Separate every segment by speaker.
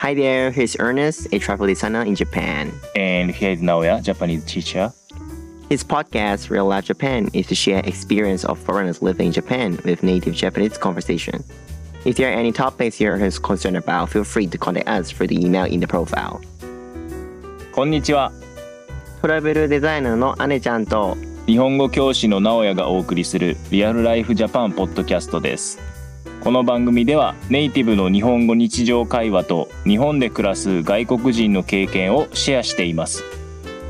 Speaker 1: Hi there, here's Ernest, a travel designer in Japan.
Speaker 2: And here is Naoya, Japanese teacher.
Speaker 1: His podcast, Real Life Japan, is to share experience of foreigners living in Japan with native Japanese conversation. If there are any topics you're concerned about, feel free to contact us through the email in the profile.
Speaker 2: こんにちは。
Speaker 1: トラベルデザイナーの姉ちゃんと
Speaker 2: 日本語教師の直哉がお送りするリアルライフジャパンポッドキャストです。この番組ではネイティブの日本語日常会話と日本で暮らす外国人の経験をシェアしています。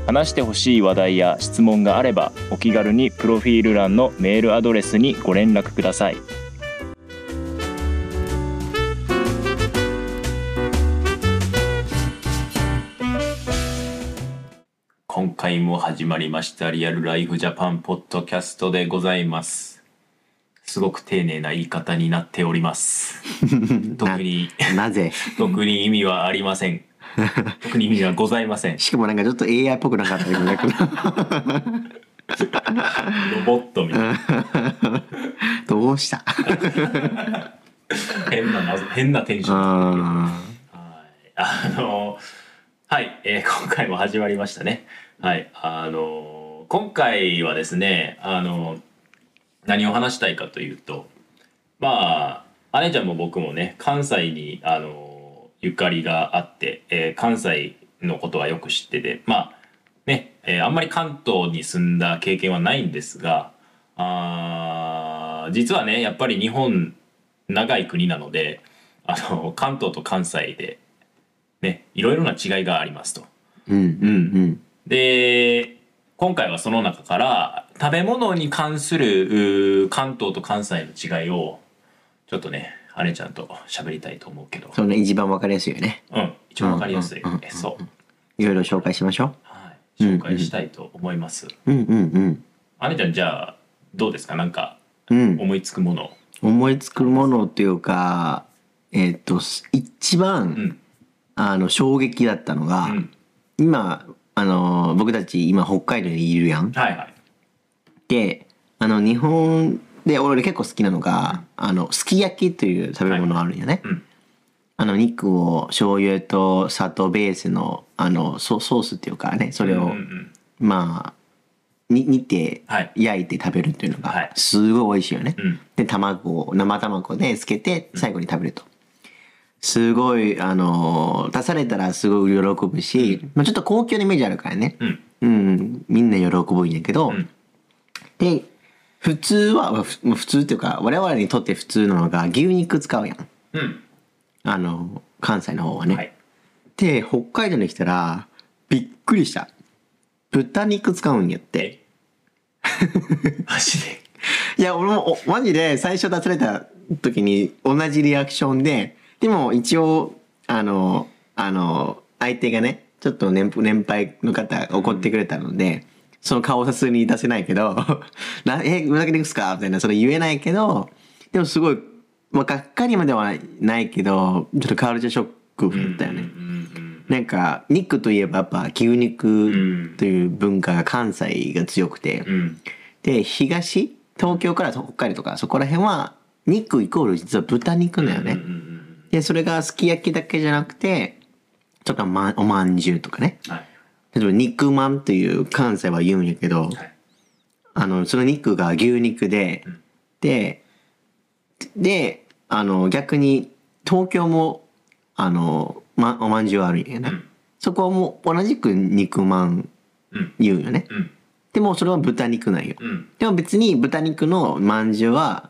Speaker 2: 話してほしい話題や質問があればお気軽にプロフィール欄のメールアドレスにご連絡ください。
Speaker 3: 今回も始まりましたリアルライフジャパンポッドキャストでございますすごく丁寧な言い方になっております特に
Speaker 1: なぜ
Speaker 3: 特に意味はありません特に意味はございません
Speaker 1: しかもなんかちょっと AI っぽくなかったけどね
Speaker 3: ロボットみたいな
Speaker 1: どうした
Speaker 3: 変な謎変なテンション
Speaker 1: あ
Speaker 3: はいあのはい、えー 今回も始まりましたね。はい、あの今回はですね、あの何を話したいかというと、まあ姉ちゃんも僕もね関西にあのゆかりがあって、えー関西のことはよく知ってて、まあね、えーあんまり関東に住んだ経験はないんですが、あー実はねやっぱり日本長い国なので、あの関東と関西でね、いろいろな違いがありますと。
Speaker 1: うんうん
Speaker 3: で、今回はその中から食べ物に関するうー関東と関西の違いをちょっとね、姉ちゃんと喋りたいと思うけど、
Speaker 1: その一番わかりやすいよね
Speaker 3: うん、一番わかりやすい
Speaker 1: うんうんうんう。ん
Speaker 3: えそう。
Speaker 1: いろいろ紹介しましょ
Speaker 3: はい、紹介したいと思います。
Speaker 1: ううんうん
Speaker 3: 姉ちゃん、じゃあ、どうですかなんか、
Speaker 1: うんうん
Speaker 3: 思いつくもの。
Speaker 1: 思いつくものっていうかえっ、とす一番、
Speaker 3: うん。
Speaker 1: あの衝撃だったのが、
Speaker 3: うん。
Speaker 1: 今あの僕たち今北海道にいるやん。
Speaker 3: はいはい。
Speaker 1: であの日本で俺結構好きなのが、あのすき焼きという食べ物があるんよね。
Speaker 3: うん。
Speaker 1: あの肉を醤油と砂糖ベースのあのソソースっていうかねそれを、
Speaker 3: うんうんうん
Speaker 1: まあに煮て
Speaker 3: はい
Speaker 1: 焼いて食べるっていうの
Speaker 3: は
Speaker 1: が
Speaker 3: い
Speaker 1: すごい美味しいよね。
Speaker 3: うん
Speaker 1: で卵を生卵でつけて最後に食べると。すごいあの出されたらすごい喜ぶし、まあ、ちょっと高級なイメージあるからね、
Speaker 3: うん。
Speaker 1: うん、みんな喜ぶんやけど、
Speaker 3: うん
Speaker 1: で普通はまあふ普通っていうか我々にとって普通なのが牛肉使うやん
Speaker 3: うん。
Speaker 1: あの関西の方はね、
Speaker 3: はい。
Speaker 1: で北海道に来たらびっくりした豚肉使うんやって
Speaker 3: え マジで。
Speaker 1: いや俺もおマジで最初出された時に同じリアクションででも一応あのあの相手がねちょっと年年配の方が怒ってくれたので、その顔さすに出せないけど 「なえ胸肉ですか?」みたいなそれ言えないけどでもすごい、まあ、がっかりまではないけどちょっとカルチャーショックだったよね。
Speaker 3: うん
Speaker 1: なんか肉といえばやっぱ牛肉という文化が関西が強くて、
Speaker 3: うんうん。うん。
Speaker 1: で東東京から北海道とかそこら辺は肉イコール実は豚肉だよね、
Speaker 3: うんうんうん
Speaker 1: でそれがすき焼きだけじゃなくてとか、ま、おまんじゅうとかね
Speaker 3: うん。はい。
Speaker 1: 例えば肉まんという関西は言うんやけど、
Speaker 3: はい。
Speaker 1: あのその肉が牛肉で、
Speaker 3: ん
Speaker 1: でであの逆に東京もあの、ま、おまんじゅうあるんやね、
Speaker 3: うん
Speaker 1: そこはもう同じく肉まん
Speaker 3: うん。
Speaker 1: 言うんよね、
Speaker 3: うん。
Speaker 1: でもそれは豚肉なんよ、
Speaker 3: うん。
Speaker 1: でも別に豚肉のまんじゅうは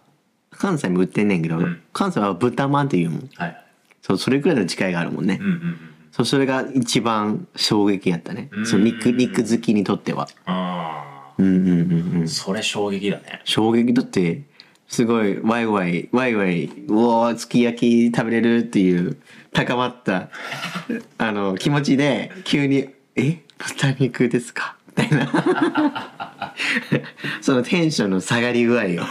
Speaker 1: 関西も売ってんねんけど、
Speaker 3: うん
Speaker 1: 関西は豚まんっていうもん
Speaker 3: はい。
Speaker 1: そうそれくらいの違いがあるもんね、
Speaker 3: うんうんうん。
Speaker 1: そうそれが一番衝撃やったね、
Speaker 3: うん
Speaker 1: その肉肉好きにとっては
Speaker 3: あ
Speaker 1: うんうんうんうん
Speaker 3: あ。それ衝撃だね。
Speaker 1: 衝撃だってすごいワイワイワイワイうおーすき焼き食べれるっていう高まったあの気持ちで急に「え豚肉ですか?」みたいな そのテンションの下がり具合よ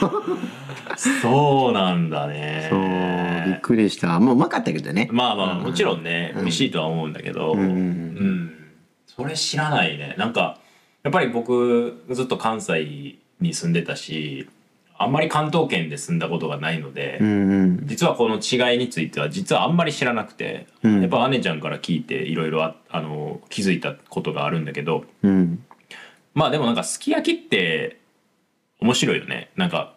Speaker 3: そうなんだね。
Speaker 1: そうびっくりしたもううまかったけどね、
Speaker 3: まあまあ、もちろんね、美味しいとは思うんだけど、うんそれ知らないね。なんか、やっぱり僕、ずっと関西に住んでたし、あんまり関東圏で住んだことがないので、
Speaker 1: うんうん
Speaker 3: 実はこの違いについては実はあんまり知らなくて、
Speaker 1: うん
Speaker 3: やっぱ姉ちゃんから聞いていろいろああの気づいたことがあるんだけど
Speaker 1: うん
Speaker 3: まあでもなんかすき焼きって面白いよねなんか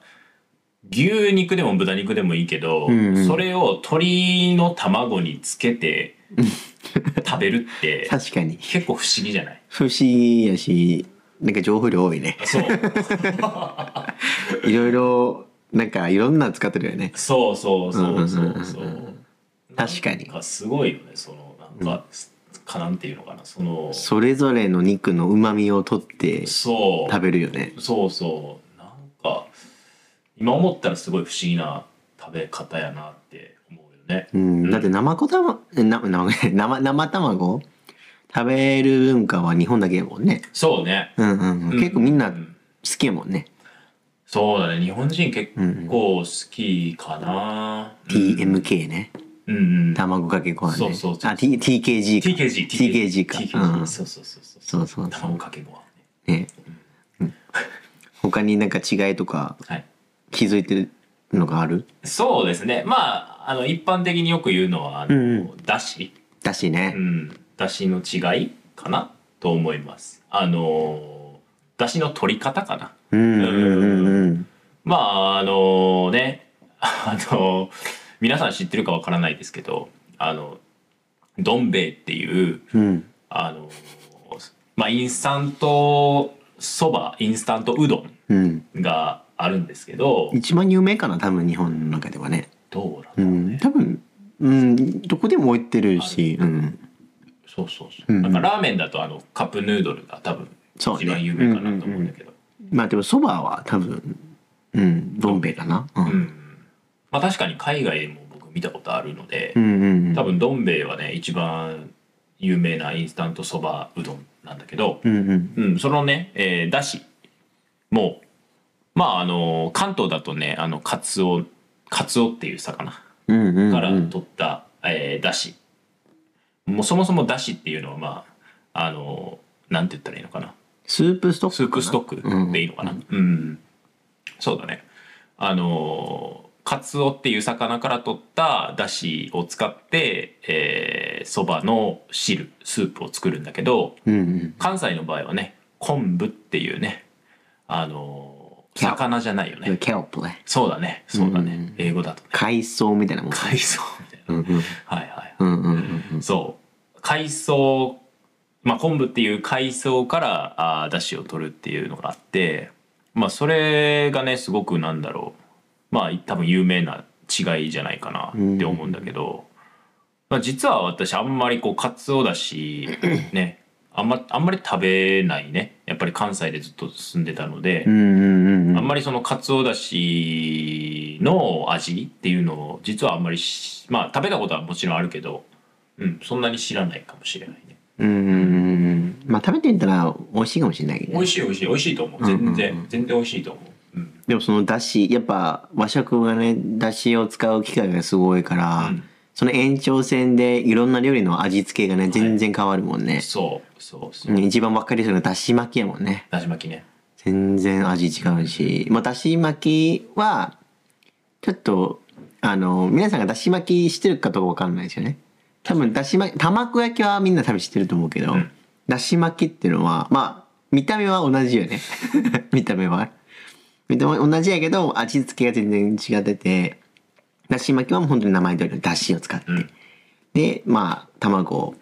Speaker 3: 牛肉でも豚肉でもいいけど、
Speaker 1: うんうん
Speaker 3: それを鶏の卵につ けて食べるって
Speaker 1: 確かに
Speaker 3: 結構不思議じゃない
Speaker 1: 不思議やしなんか情報量多いね
Speaker 3: そう
Speaker 1: いろいろなんかいろんなの使ってるよね
Speaker 3: そうそうそうそ
Speaker 1: うんうんうんうん
Speaker 3: うそう
Speaker 1: 確かに
Speaker 3: なんすごいよねそのなんか、かなんていうのかなその
Speaker 1: それぞれの肉の旨味を取って
Speaker 3: そう
Speaker 1: 食べるよね
Speaker 3: そうそうなんか今思ったらすごい不思議な食べ方やなって思うよね
Speaker 1: うん、
Speaker 3: うん
Speaker 1: だって生こたまな生生生卵食べる文化は日本だけやもんね
Speaker 3: そうね
Speaker 1: うんうん、うん、結構みんな
Speaker 3: う
Speaker 1: 好きやもんね、
Speaker 3: そうだね日本人結
Speaker 1: うんうん
Speaker 3: 構好きかな、うん、
Speaker 1: TMK ね
Speaker 3: うんうん
Speaker 1: 卵かけご飯ね
Speaker 3: そうそうそう
Speaker 1: あ、T、TKG か
Speaker 3: TKG
Speaker 1: TKG か
Speaker 3: TKG、
Speaker 1: うん
Speaker 3: そうそうそうそう
Speaker 1: そうそうそう
Speaker 3: 卵かけご飯ね
Speaker 1: ね、うん他になんか違いとか
Speaker 3: はい
Speaker 1: 気づいてるのがある
Speaker 3: そうですねまああの一般的によく言うのはあの、
Speaker 1: うん
Speaker 3: だし
Speaker 1: だし
Speaker 3: う
Speaker 1: ね、
Speaker 3: ん、だしの違いかなと思います。あのー、だしの取り方かな。
Speaker 1: うん、うんうんうん
Speaker 3: まあ、あのね、 あの皆さん知ってるかわからないですけど、あの、どん兵衛っていう、
Speaker 1: うん
Speaker 3: あのまあ、インスタントそば、インスタントうど
Speaker 1: うん
Speaker 3: んがあるんですけど、
Speaker 1: 一番有名かな多分日本の中ではね
Speaker 3: どうだ
Speaker 1: う
Speaker 3: ろうね。
Speaker 1: ん多分うんどこでも置いてるしうん
Speaker 3: そうそうそう。
Speaker 1: うん
Speaker 3: なんかラーメンだとあの、カップヌードルが多分、
Speaker 1: そうね
Speaker 3: 一番有名かなと思うんだけど。
Speaker 1: まあでもそばは多分うんどん兵衛かな、うん
Speaker 3: うんまあ確かに海外でも僕見たことあるので、
Speaker 1: うんうん
Speaker 3: 多分どん兵衛はね一番有名なインスタントそばうどんなんだけど、
Speaker 1: うんうん
Speaker 3: うん、そのね、えー、だしもまああの関東だとねあのカツオカツオっていう魚
Speaker 1: うんうんうん
Speaker 3: から取った、えーだしもうそもそもだしっていうのはまああのなんて言ったらいいのかな
Speaker 1: スープストック
Speaker 3: スープストックでいいのかな、うんそうだねあのーカツオっていう魚から取っただしを使ってえーそば、の汁スープを作るんだけど
Speaker 1: うんうん
Speaker 3: 関西の場合はね昆布っていうねあのー
Speaker 1: キャオ
Speaker 3: 魚じゃないよね
Speaker 1: ケロップね
Speaker 3: そうだねそうだね、
Speaker 1: うん
Speaker 3: 英語だとね
Speaker 1: 海藻みたいなもん
Speaker 3: 海藻みたいな、
Speaker 1: うんうん
Speaker 3: はいはい
Speaker 1: うんうんうん
Speaker 3: そう海藻、まあ、昆布っていう海藻からあー出汁を取るっていうのがあって、まあ、それがねすごくなんだろうまあ多分有名な違いじゃないかなって思うんだけど、まあ、実は私あんまりこうかつおだしねあんまあんまり食べないねやっぱり関西でずっと住んでたので。
Speaker 1: うんうんうんうん
Speaker 3: あんまりそのかつおだしの味っていうのを実はあんまりしまあ食べたことはもちろんあるけど、うん、そんなに知らないかもしれないね
Speaker 1: うんうんうんうんまあ食べてみたら美味しいかもしれないけど
Speaker 3: 美
Speaker 1: ね
Speaker 3: 味しい美味しい美味しいと思う
Speaker 1: うんうんうん
Speaker 3: 全然、全然美味しいと思う、うん
Speaker 1: でもそのだしやっぱ和食がねだしを使う機会がすごいから、
Speaker 3: うん
Speaker 1: その延長線でいろんな料理の味付けがね全然変わるもんね、
Speaker 3: そうそうそう
Speaker 1: うん一番わかりやすいのはだし巻きやもんね
Speaker 3: だし巻きね
Speaker 1: 全然味違うし、まあ、だし巻きはちょっとあの皆さんがだし巻きしてるかどうかわかんないですよね多分だし巻き卵焼きはみんな多分知ってると思うけど、
Speaker 3: うん
Speaker 1: だし巻きっていうのはまあ見た目は同じよね 見た目は見た目は同じやけど味付けが全然違っててだし巻きはもう本当に名前通りのだしを使って、
Speaker 3: うん
Speaker 1: でまあ卵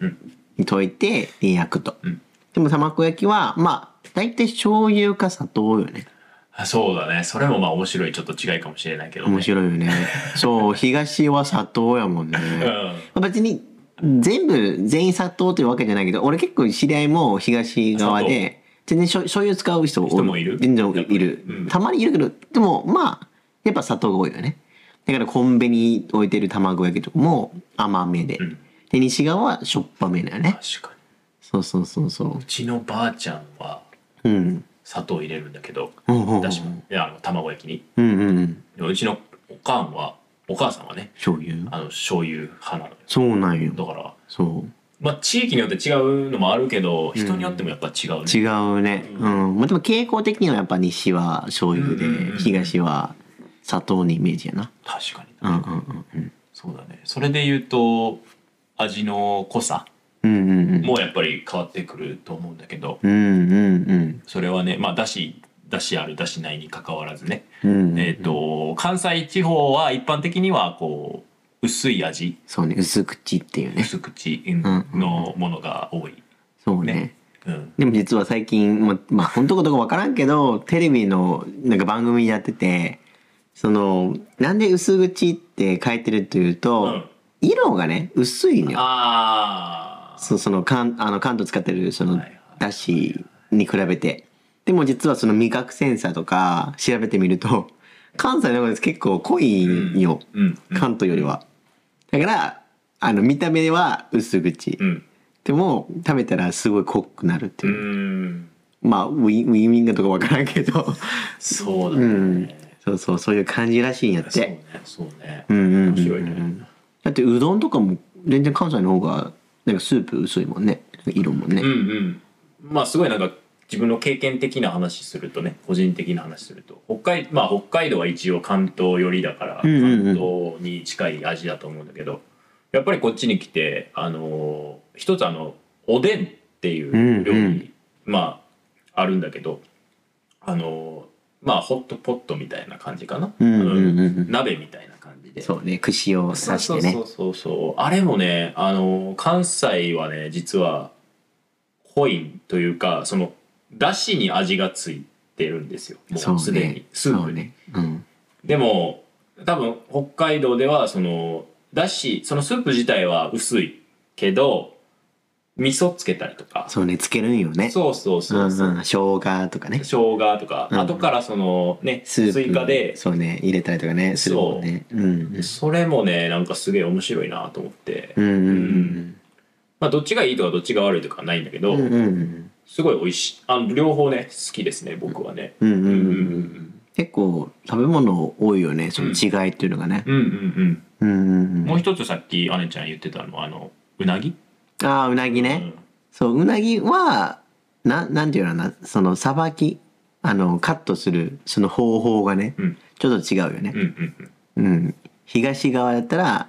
Speaker 1: に溶いてで焼くと、
Speaker 3: うん
Speaker 1: でも卵焼きはまあ大体醤油か砂糖よね
Speaker 3: あそうだねそれもまあ面白いちょっと違いかもしれないけど、ね、
Speaker 1: 面白いよ ねそう東は砂糖やもんね、まあ別に全部全員砂糖というわけじゃないけど俺結構知り合いも東側で全然しょ醤油使う人多
Speaker 3: 人もいる
Speaker 1: 全然いる、
Speaker 3: うん
Speaker 1: たまにいるけどでもまあやっぱ砂糖が多いよねだからコンビニ置いてる卵焼きとかも甘めで、
Speaker 3: うん
Speaker 1: で西側はしょっぱめだよ
Speaker 3: うん
Speaker 1: ね
Speaker 3: 確かに
Speaker 1: そうそうそうそう
Speaker 3: うちのばあちゃんは
Speaker 1: うん
Speaker 3: 砂糖入れるんだけど、
Speaker 1: うんうんうん
Speaker 3: だしもいやあの卵焼きに
Speaker 1: うんうんうん
Speaker 3: でもうちのおかんはお母さんはね
Speaker 1: 醤油
Speaker 3: あの醤油派なのよ
Speaker 1: そうなんよ
Speaker 3: だから
Speaker 1: そう
Speaker 3: まあ地域によって違うのもあるけど人によってもやっぱ違うね、
Speaker 1: 違うねうんまあでも傾向的にはやっぱ西は醤油で、
Speaker 3: うんうんうん
Speaker 1: 東は砂糖のイメージやな
Speaker 3: 確かに
Speaker 1: うんうんうん
Speaker 3: そうだねそれで言うと味の濃さ
Speaker 1: うんうんうん
Speaker 3: もやっぱり変わってくると思うんだけど
Speaker 1: うんうん
Speaker 3: それはねまあだしだしあるだしないに関わらずね、
Speaker 1: うんうん
Speaker 3: えっ、と関西地方は一般的にはこう薄い味
Speaker 1: そうね薄口って いうね
Speaker 3: 薄口
Speaker 1: ん
Speaker 3: のものが多い、
Speaker 1: そう
Speaker 3: ね
Speaker 1: ね
Speaker 3: うん、
Speaker 1: でも実は最近ままあ本当かどうかわからんけどテレビのなんか番組やっててそのなんで薄口って書いてるというと、
Speaker 3: うん
Speaker 1: 色がね薄いのよ
Speaker 3: ああ
Speaker 1: そその関あの関東使ってるそ
Speaker 3: は
Speaker 1: の
Speaker 3: いはい
Speaker 1: だしに比べてでも実はその味覚センサーとか調べてみると 関西の方です結構濃いんよ、
Speaker 3: うん
Speaker 1: 関東よりはだからあの見た目は薄口、
Speaker 3: うん
Speaker 1: でも食べたらすごい濃くなるって
Speaker 3: う
Speaker 1: いう、
Speaker 3: ん
Speaker 1: まあウィンウィンウィンがとかわからんけど
Speaker 3: そうだ
Speaker 1: う
Speaker 3: ね、
Speaker 1: んそうそうそういう感じらしいんやっ
Speaker 3: そう
Speaker 1: て
Speaker 3: ねそうね、
Speaker 1: うんうんうんうん
Speaker 3: 面白いね
Speaker 1: だってうどんとかも全然関西の方がなんかスープ薄いもんね色もね、
Speaker 3: うんうんまあすごいなんか自分の経験的な話するとね個人的な話すると北海,、まあ、北海道は一応関東寄りだから
Speaker 1: うんうんう
Speaker 3: 関
Speaker 1: ん
Speaker 3: 東に近い味だと思うんだけど、やっぱりこっちに来てあのー一つあのおでんっていう料理、
Speaker 1: うんうん
Speaker 3: まああるんだけどあのーまあホットポットみたいな感じかな、
Speaker 1: うんうんうんうん
Speaker 3: 鍋みたいな感じで
Speaker 1: そうね串を刺してね
Speaker 3: そうそうそうそうあれもねあの関西はね実は濃いというかそのだしに味がついてるんですよもうすでに、スー
Speaker 1: そ
Speaker 3: プ
Speaker 1: う
Speaker 3: に、
Speaker 1: ねうん
Speaker 3: でも多分北海道ではそのだしそのスープ自体は薄いけど味噌つけたりとか
Speaker 1: そうねつけるんよね
Speaker 3: そうそうそうそう、
Speaker 1: んうん、生姜とかね
Speaker 3: 生姜とか、
Speaker 1: うん
Speaker 3: 後からそのね
Speaker 1: スープ
Speaker 3: 追加で
Speaker 1: そうね入れたりとかねするもんねうんうん
Speaker 3: それもねなんかすげえ面白いなと思って、
Speaker 1: うんうん
Speaker 3: まあどっちがいいとかどっちが悪いとかはないんだけど、
Speaker 1: うんうんうんうん
Speaker 3: すごい美味しいあの両方ね好きですね僕はね
Speaker 1: うんうん
Speaker 3: う
Speaker 1: うん
Speaker 3: うん
Speaker 1: んうん結構食べ物多いよねその違いっていうのがね
Speaker 3: うんうん
Speaker 1: う
Speaker 3: うん
Speaker 1: んうんう
Speaker 3: もうん一つさっき姉ちゃん言ってたのはあのうなぎ
Speaker 1: ああうなぎね、そううなぎはななんていうのかなそのさばきあのカットするその方法がね、
Speaker 3: うん
Speaker 1: ちょっと違うよね
Speaker 3: うん、うんうんうん
Speaker 1: うん、東側だったら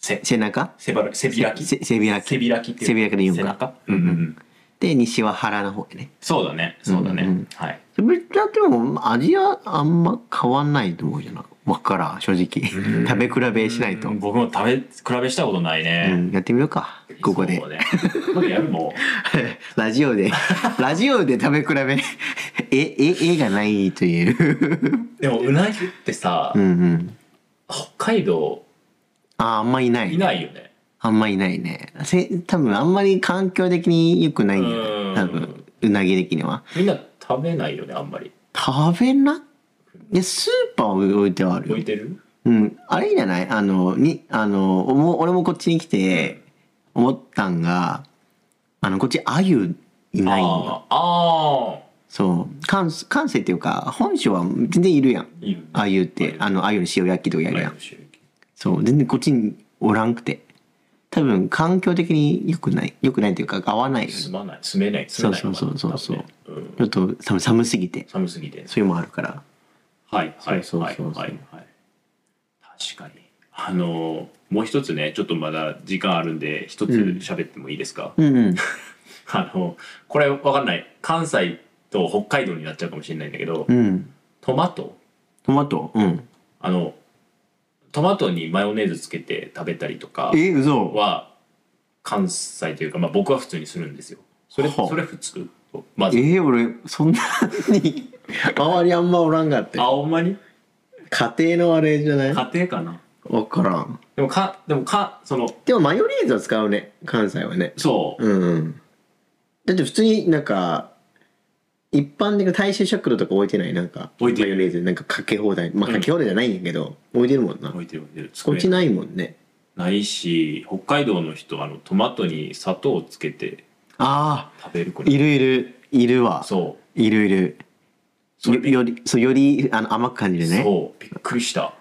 Speaker 3: せ
Speaker 1: 背中
Speaker 3: 背ばら背開き
Speaker 1: せ背開き
Speaker 3: 背開きっていう
Speaker 1: 背開きで言うんか
Speaker 3: 背中うんうんうん
Speaker 1: で西は腹の方やね
Speaker 3: そうだねそうだね、
Speaker 1: うんうん
Speaker 3: はい
Speaker 1: それだっても味はあんま変わんないと思うじゃないわからん正直食べ比べしないと、
Speaker 3: う
Speaker 1: うんん
Speaker 3: 僕も食べ比べしたことないね、
Speaker 1: やってみようかここで
Speaker 3: そう、ね、ここでやる もう
Speaker 1: ラジオ でラジオで食べ比べ ええ絵がないという
Speaker 3: でもうなぎってさ、
Speaker 1: うんうん
Speaker 3: 北海道
Speaker 1: ああんまいない
Speaker 3: いないよね
Speaker 1: あんまいないね。せ多分あんまり環境的に良くないんだ
Speaker 3: うん
Speaker 1: よ。多分うなぎ的には。
Speaker 3: みんな食べないよねあんまり
Speaker 1: 食べないやスーパーを置いてはあ
Speaker 3: 向い
Speaker 1: る。
Speaker 3: てる
Speaker 1: うん、あれじゃないあのにあのもう俺もこっちに来て思ったんがあのこっちアユいないんだ。
Speaker 3: あーあ
Speaker 1: そう関関西っていうか本州は全然いるやん。
Speaker 3: ーいる
Speaker 1: アユってあのアユの塩焼きとかやるやん。そう全然こっちにおらんくて多分環境的に良くない良くないというか合わないよね。
Speaker 3: 住まない住めない住めない
Speaker 1: そうそうそうそうそう
Speaker 3: 多分ね
Speaker 1: ちょっと寒寒すぎて
Speaker 3: ん、寒すぎて
Speaker 1: そういうのもあるから
Speaker 3: はいはい
Speaker 1: そう
Speaker 3: は
Speaker 1: そうそ
Speaker 3: い
Speaker 1: うそう
Speaker 3: はいはい確かにあのーもう一つねちょっとまだ時間あるんで一つ喋ってもいいですか、
Speaker 1: うんうん
Speaker 3: あのこれわかんない関西と北海道になっちゃうかもしれないんだけど、
Speaker 1: うん
Speaker 3: トマト
Speaker 1: トマトうん
Speaker 3: あのトマトにマヨネーズつけて食べたりとか
Speaker 1: え嘘
Speaker 3: は関西というか、まあ、僕は普通にするんですよそれ
Speaker 1: はあ
Speaker 3: それ普通ま
Speaker 1: え
Speaker 3: ず
Speaker 1: ー、俺そんなに周りあんまおらんがって
Speaker 3: あほんまに
Speaker 1: 家庭のあれじゃない
Speaker 3: 家庭かな
Speaker 1: 分からん
Speaker 3: でもかでもかその
Speaker 1: でもマヨネーズは使うね関西はね
Speaker 3: そう、
Speaker 1: うんうんだって普通になんか一般的な大衆食堂とか置いてないなんか
Speaker 3: 置いて
Speaker 1: マ
Speaker 3: る
Speaker 1: ヨネーズなんかかけ放題まあかけ放題じゃないんやけど、置いてるもんな
Speaker 3: 置いてる置いてる
Speaker 1: こっ
Speaker 3: 机
Speaker 1: ちないもんね
Speaker 3: ないし北海道の人はあのトマトに砂糖をつけて
Speaker 1: あ
Speaker 3: 食べる子
Speaker 1: あいるいるいるわ
Speaker 3: そう
Speaker 1: いるいる
Speaker 3: それ
Speaker 1: よよりそうよりあの甘く感じるねそう
Speaker 3: そうびっくりした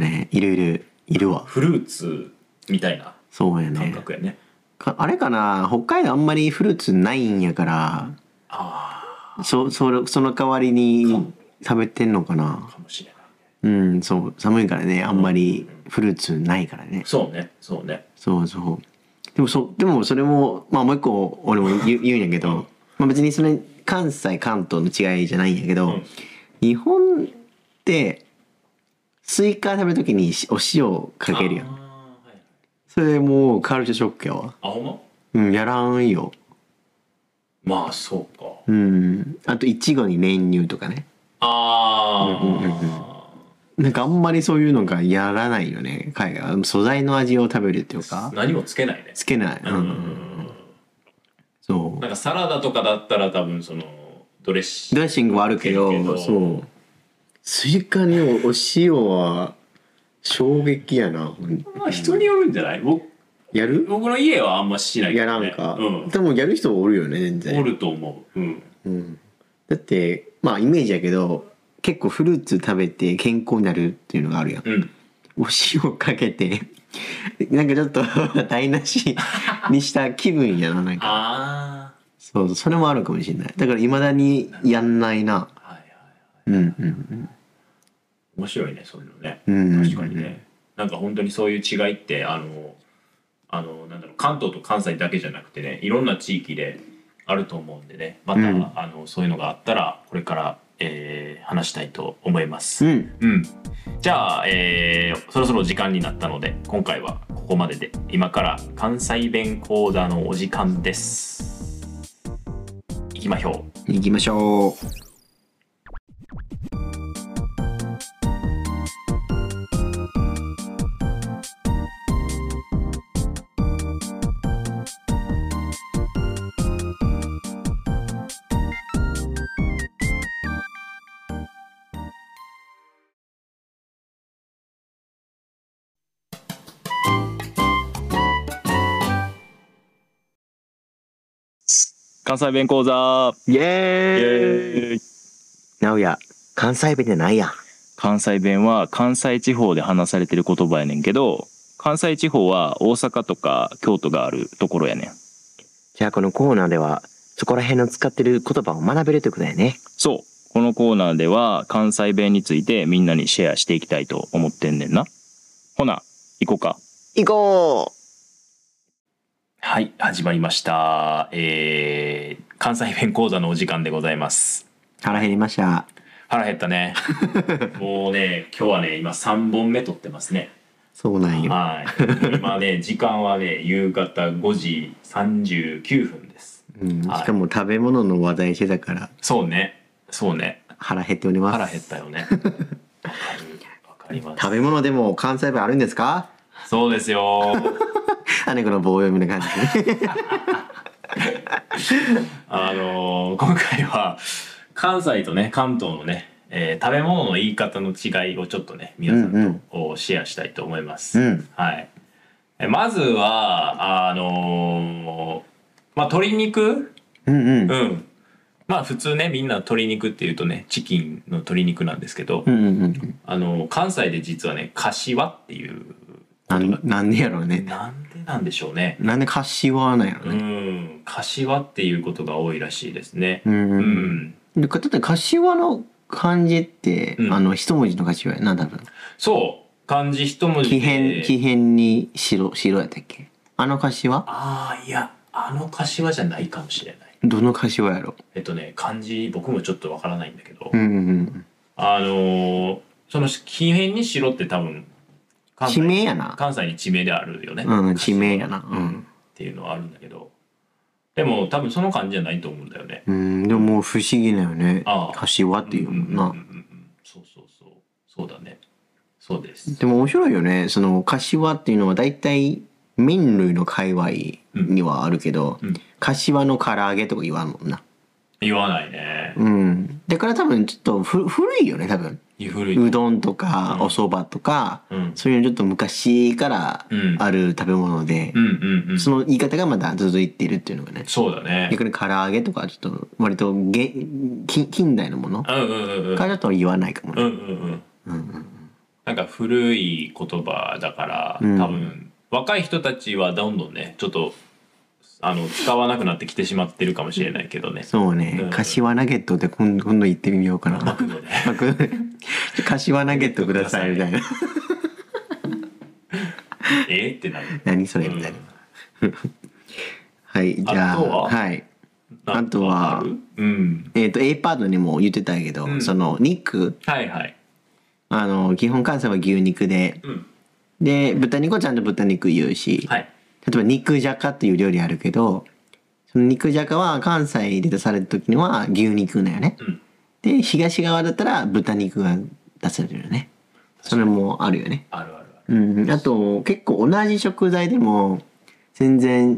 Speaker 1: ねいるいるいるわ
Speaker 3: フルーツみたいな
Speaker 1: そうやね
Speaker 3: 感覚やね。
Speaker 1: かあれかな北海道あんまりフルーツないんやから
Speaker 3: あ
Speaker 1: そそれその代わりに食べてんのかな
Speaker 3: あ、かもしれない。
Speaker 1: うんそう寒いからねあんまりフルーツないからね
Speaker 3: そうね、そうね。
Speaker 1: そうそうでもそでもそれもまあもう一個俺も言う言うんやけど、まあ、別にそれ関西関東の違いじゃないんやけど、
Speaker 3: うん
Speaker 1: 日本ってスイカ食べるときにしお塩かけるや
Speaker 3: あ
Speaker 1: ん
Speaker 3: ーはい
Speaker 1: それもうカルチャーショックやわ
Speaker 3: あ、ほんま
Speaker 1: うんやらんよ
Speaker 3: まあ、そうか。
Speaker 1: うんあといちごに練乳とかね
Speaker 3: ああ、
Speaker 1: うんうんうんなんかあんまりそういうのがやらないよね海外は素材の味を食べるっていうか
Speaker 3: 何もつけないね。
Speaker 1: つけない、
Speaker 3: う
Speaker 1: うんん
Speaker 3: うんうん
Speaker 1: そ
Speaker 3: なんかサラダとかだったら多分そのドレッシ
Speaker 1: う
Speaker 3: ン
Speaker 1: ドレ
Speaker 3: グ
Speaker 1: ッシングはあるけど
Speaker 3: いけるけど
Speaker 1: そうスイカにおお塩は衝撃やなほん
Speaker 3: まあ人によるんじゃない僕
Speaker 1: やる
Speaker 3: 僕の家はあんましない
Speaker 1: や
Speaker 3: け
Speaker 1: ら
Speaker 3: ど、ね、
Speaker 1: んか、
Speaker 3: うん、
Speaker 1: でもやる人おるよね全然
Speaker 3: おると思う、うん、
Speaker 1: うん、だってまあイメージやけど結構フルーツ食べて健康になるっていうのがあるやん
Speaker 3: うん、
Speaker 1: お塩かけてなんかちょっと 台無しにした気分やななんか
Speaker 3: あ
Speaker 1: そうそれもあるかもしれないだからいまだにやんないな
Speaker 3: あはいはい
Speaker 1: うんうん
Speaker 3: 面白いねそういうのね
Speaker 1: うん
Speaker 3: 確かにねなんか本当にそういう違いってあのあのなんだろう関東と関西だけじゃなくてねいろんな地域であると思うんでねまた、
Speaker 1: うん
Speaker 3: あのそういうのがあったらこれから、えー話したいと思います、
Speaker 1: うんうん
Speaker 3: うん、じゃあ、えーそろそろ時間になったので今回はここまでで今から関西弁講座のお時間です行きましょう
Speaker 1: 行きましょ
Speaker 2: 関西弁講座
Speaker 1: うイ
Speaker 2: イ
Speaker 1: エーイ
Speaker 2: エーイ
Speaker 1: 直哉関西弁じゃないやん
Speaker 2: 関西弁は関西地方で話されてる言葉やねんけど関西地方は大阪とか京都があるところやねん
Speaker 1: じゃあこのコーナーではそこら辺の使ってる言葉を学べるということだよね
Speaker 2: そうこのコーナーでは関西弁についてみんなにシェアしていきたいと思ってんねんなほな行こうか
Speaker 1: 行こ
Speaker 3: はい始まりました、えー関西弁講座のお時間でございます
Speaker 1: う腹減りました
Speaker 3: 腹減ったねもうね今日はね今3本目撮ってますね
Speaker 1: そうなんよ
Speaker 3: はい今ね時間はね夕方5時39分です
Speaker 1: うん、し
Speaker 3: はい
Speaker 1: かも食べ物の話題してたから
Speaker 3: そうねそうね
Speaker 1: 腹減っております
Speaker 3: 腹減ったよねわかるわかります
Speaker 1: 食べ物でも関西弁あるんですか
Speaker 3: そうですよ。
Speaker 1: あねこの棒読みの 感じで
Speaker 3: あのー今回は関西とね関東のね、えー食べ物の言い方の違いをちょっとね皆さ
Speaker 1: うんうんん
Speaker 3: とシェアしたいと思います。
Speaker 1: うん
Speaker 3: はい。えまずはあのーまあ鶏肉、
Speaker 1: うんうん
Speaker 3: うん。まあ普通ねみんな鶏肉っていうとねチキンの鶏肉なんですけど、
Speaker 1: うんうんうん
Speaker 3: あのー関西で実はね柏っていう
Speaker 1: なんなんでやろうね
Speaker 3: なんでなんでしょうね。
Speaker 1: なんで柏なんやろう
Speaker 3: う
Speaker 1: ね
Speaker 3: ん、柏っていうことが多いらしいですね。
Speaker 1: うんう
Speaker 3: うんん、
Speaker 1: うんでかだって柏の漢字って、
Speaker 3: うん
Speaker 1: あの一文字の柏やな多分
Speaker 3: そう漢字一文字
Speaker 1: 奇
Speaker 3: で
Speaker 1: 変奇変に白白やったっけあの柏
Speaker 3: ああいやあの柏じゃないかもしれない
Speaker 1: どの柏やろ
Speaker 3: えっとね漢字僕もちょっとわからないんだけど、
Speaker 1: うんうんうん
Speaker 3: あのーその奇変にしろって多分関
Speaker 1: 地
Speaker 3: 西
Speaker 1: 名やな
Speaker 3: 関西に地名であるよね、
Speaker 1: うん地名やなうん
Speaker 3: っていうのはあるんだけどでも多分その漢字じゃないと思うんだよね
Speaker 1: うんでももう不思議だよね
Speaker 3: ああ
Speaker 1: 柏っていうもんな、
Speaker 3: んうんうんそうそうそうそうだねそうです
Speaker 1: でも面白いよねその柏っていうのは大体麺類の界隈にはあるけど、
Speaker 3: うん
Speaker 1: 柏の唐揚げとか言わんもんな
Speaker 3: 言わないね
Speaker 1: うんだから多分ちょっとふ古いよね多分
Speaker 3: 古いう
Speaker 1: どんとか
Speaker 3: うん
Speaker 1: お蕎麦とか、
Speaker 3: うん
Speaker 1: そういうのちょっと昔から
Speaker 3: うん
Speaker 1: ある食べ物で
Speaker 3: う、んうんうん
Speaker 1: その言い方がまだ続いてるっていうのがね
Speaker 3: そうだね
Speaker 1: 逆に唐揚げとかはちょっと割とげ近近代のものか
Speaker 3: うんうんうんうん
Speaker 1: らちょっと言わないかも
Speaker 3: うん
Speaker 1: ね、
Speaker 3: うんうんなんか古い言葉だから、
Speaker 1: うん
Speaker 3: 多分若い人たちはどんどんねちょっとあの使わなくなってきてしまってるかもしれないけどね。
Speaker 1: そう
Speaker 3: う
Speaker 1: ね
Speaker 3: ん。
Speaker 1: 柏ナゲットで今度今度行ってみようかな。
Speaker 3: マクドで
Speaker 1: マクドで柏ナゲットくださいみた いな。
Speaker 3: えってなる。
Speaker 1: 何それみたいな。 はい、じゃ
Speaker 3: あとは
Speaker 1: あ、はい。あとは
Speaker 3: あるうん。
Speaker 1: えっ、と、A パートにも言ってたけど、
Speaker 3: うん
Speaker 1: その肉、
Speaker 3: はいはい。
Speaker 1: あの、基本関西は牛肉で、
Speaker 3: うん。
Speaker 1: で、豚肉はちゃんと豚肉言うし、
Speaker 3: はい。
Speaker 1: 例えば肉じゃかっていう料理あるけど、その肉じゃかは関西で出される時には牛肉だよね。
Speaker 3: うん。
Speaker 1: で、東側だったら豚肉が出されるよね。それもあるよね。
Speaker 3: あるあるある。
Speaker 1: うん、あと結構同じ食材でも全然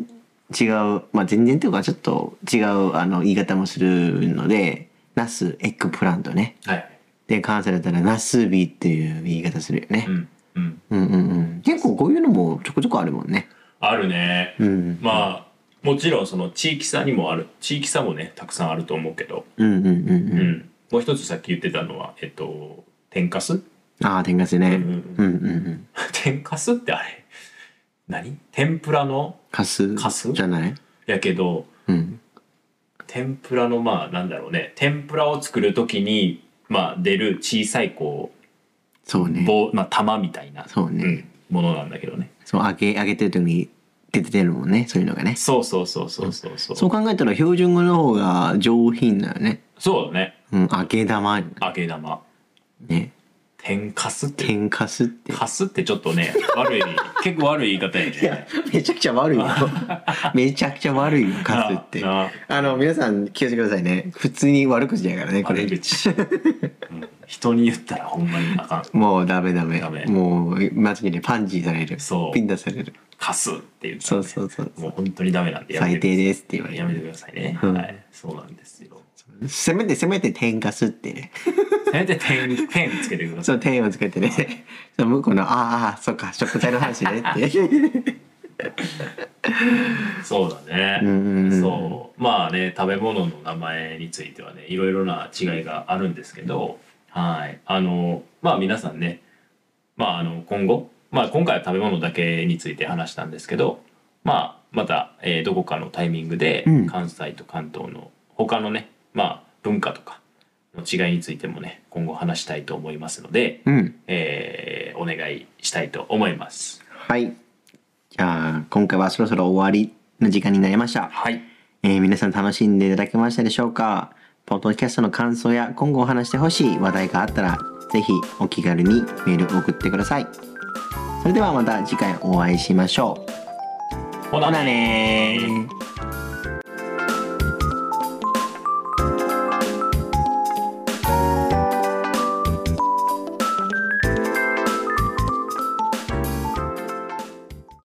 Speaker 1: 違うまあ全然というかちょっと違うあの言い方もするのでナスエッグプラントね
Speaker 3: はい。
Speaker 1: で関西だったらナスビっていう言い方するよね
Speaker 3: う、ん。うん。
Speaker 1: うん、うんうん結構こういうのもちょこちょこあるもんね
Speaker 3: あるね。
Speaker 1: うん
Speaker 3: まあもちろんその地域差にもある地域差もねたくさんあると思うけど、
Speaker 1: うんうんうん
Speaker 3: うん
Speaker 1: うん
Speaker 3: もう一つさっき言ってたのはえっと天かす
Speaker 1: ああ天かすねう
Speaker 3: うん
Speaker 1: んうんうん
Speaker 3: 天かすってあれ何天ぷらの
Speaker 1: かす
Speaker 3: かす
Speaker 1: じゃない
Speaker 3: やけど
Speaker 1: うん
Speaker 3: 天ぷらのまあなんだろうね天ぷらを作る時にまあ出る小さいこ
Speaker 1: そう
Speaker 3: う
Speaker 1: ね
Speaker 3: 棒、まあ、玉みたいな
Speaker 1: そうね
Speaker 3: んものなんだけどね
Speaker 1: そう揚げ揚げてる時に出てるもんねそういうのがね
Speaker 3: そうそうそうそうそうそう
Speaker 1: そう考えたら標準語の方が上品だよね
Speaker 3: そうだね
Speaker 1: うん、揚げ玉
Speaker 3: 揚げ玉
Speaker 1: ね。
Speaker 3: 天かすって
Speaker 1: 天かすって。
Speaker 3: かすってちょっとね悪い 結構悪い言い方や ね
Speaker 1: めちゃくちゃ悪いよ。 めちゃくちゃ悪いよ、かすって。
Speaker 3: なな
Speaker 1: あの、皆さん気をつけてくださいね。普通に悪口だからね、これ
Speaker 3: 悪。口、うん人に言ったらほんまにあかん
Speaker 1: もうダメダメ。
Speaker 3: ダメ
Speaker 1: もう、マジでパンチされる。
Speaker 3: そう
Speaker 1: ピンダされる。
Speaker 3: かすって言った
Speaker 1: そ
Speaker 3: ら
Speaker 1: う
Speaker 3: ね
Speaker 1: そうそう。
Speaker 3: もう本当にダメなんでやめ
Speaker 1: 最
Speaker 3: て
Speaker 1: 低ですって言われ
Speaker 3: やめてく
Speaker 1: る。
Speaker 3: ださいね、
Speaker 1: うん
Speaker 3: はいそうなんですよ
Speaker 1: せめてせめて天かすってね。
Speaker 3: せめて点点つけてくだ
Speaker 1: そ
Speaker 3: さい
Speaker 1: の天をつけてね。その向こうの、あーあー、そっか、食材の話ね って。
Speaker 3: そうだね、
Speaker 1: うんうんうん
Speaker 3: そうまあね食べ物の名前についてはねいろいろな違いがあるんですけど、はいあのまあ皆さんねまああの今後まあ今回は食べ物だけについて話したんですけどまあまた、えーどこかのタイミングで
Speaker 1: うん
Speaker 3: 関西と関東の他のねまあ文化とかの違いについてもね今後話したいと思いますので、
Speaker 1: うん。
Speaker 3: えーお願いしたいと思います。
Speaker 1: はい。じゃあ、今回はそろそろ終わりの時間になりました。
Speaker 3: はい
Speaker 1: えー皆さん楽しんでいただけましたでしょうかポッドキャストの感想や今後お話してほしい話題があったら、ぜひお気軽にメールを送ってください。それではまた次回お会いしましょう。
Speaker 3: ほ
Speaker 1: ほ
Speaker 3: な
Speaker 1: なね
Speaker 3: ね
Speaker 1: ー